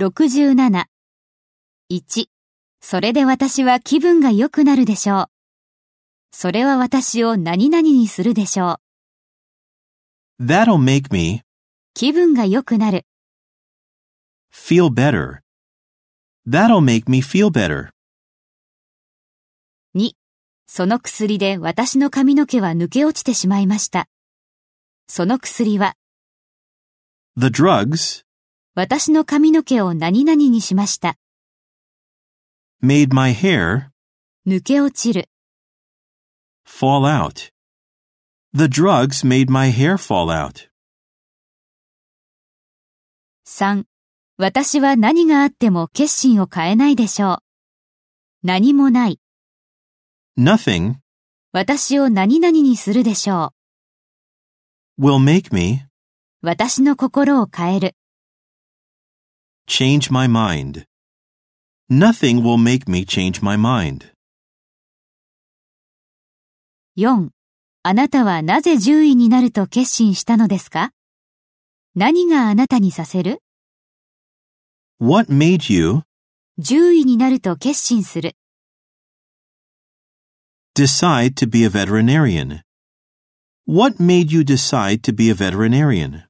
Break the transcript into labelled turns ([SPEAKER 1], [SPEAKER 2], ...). [SPEAKER 1] 67.1. それで私は気分が良くなるでしょう。それは私を何々にするでしょう。
[SPEAKER 2] That'll make me
[SPEAKER 1] 気分が良くなる。
[SPEAKER 2] feel better. That'll make me feel better.
[SPEAKER 1] 2. その薬で私の髪の毛は抜け落ちてしまいました。その薬は
[SPEAKER 2] The drugs
[SPEAKER 1] 私の髪の毛を何々にしました。
[SPEAKER 2] made my hair
[SPEAKER 1] 抜け落ちる。
[SPEAKER 2] fall out. The drugs made my hair fall out.
[SPEAKER 1] 3. 私は何があっても決心を変えないでしょう。何もない。
[SPEAKER 2] Nothing
[SPEAKER 1] 私を何々にするでしょ
[SPEAKER 2] will make me
[SPEAKER 1] う。私の心を変える。
[SPEAKER 2] change my mind. Nothing will make me change my mind.
[SPEAKER 1] 4. あなたはなぜ獣医になると決心したのですか何があなたにさせる
[SPEAKER 2] What made you
[SPEAKER 1] 獣医になると決心する。
[SPEAKER 2] decide to be a veterinarian? What made you decide to be a veterinarian?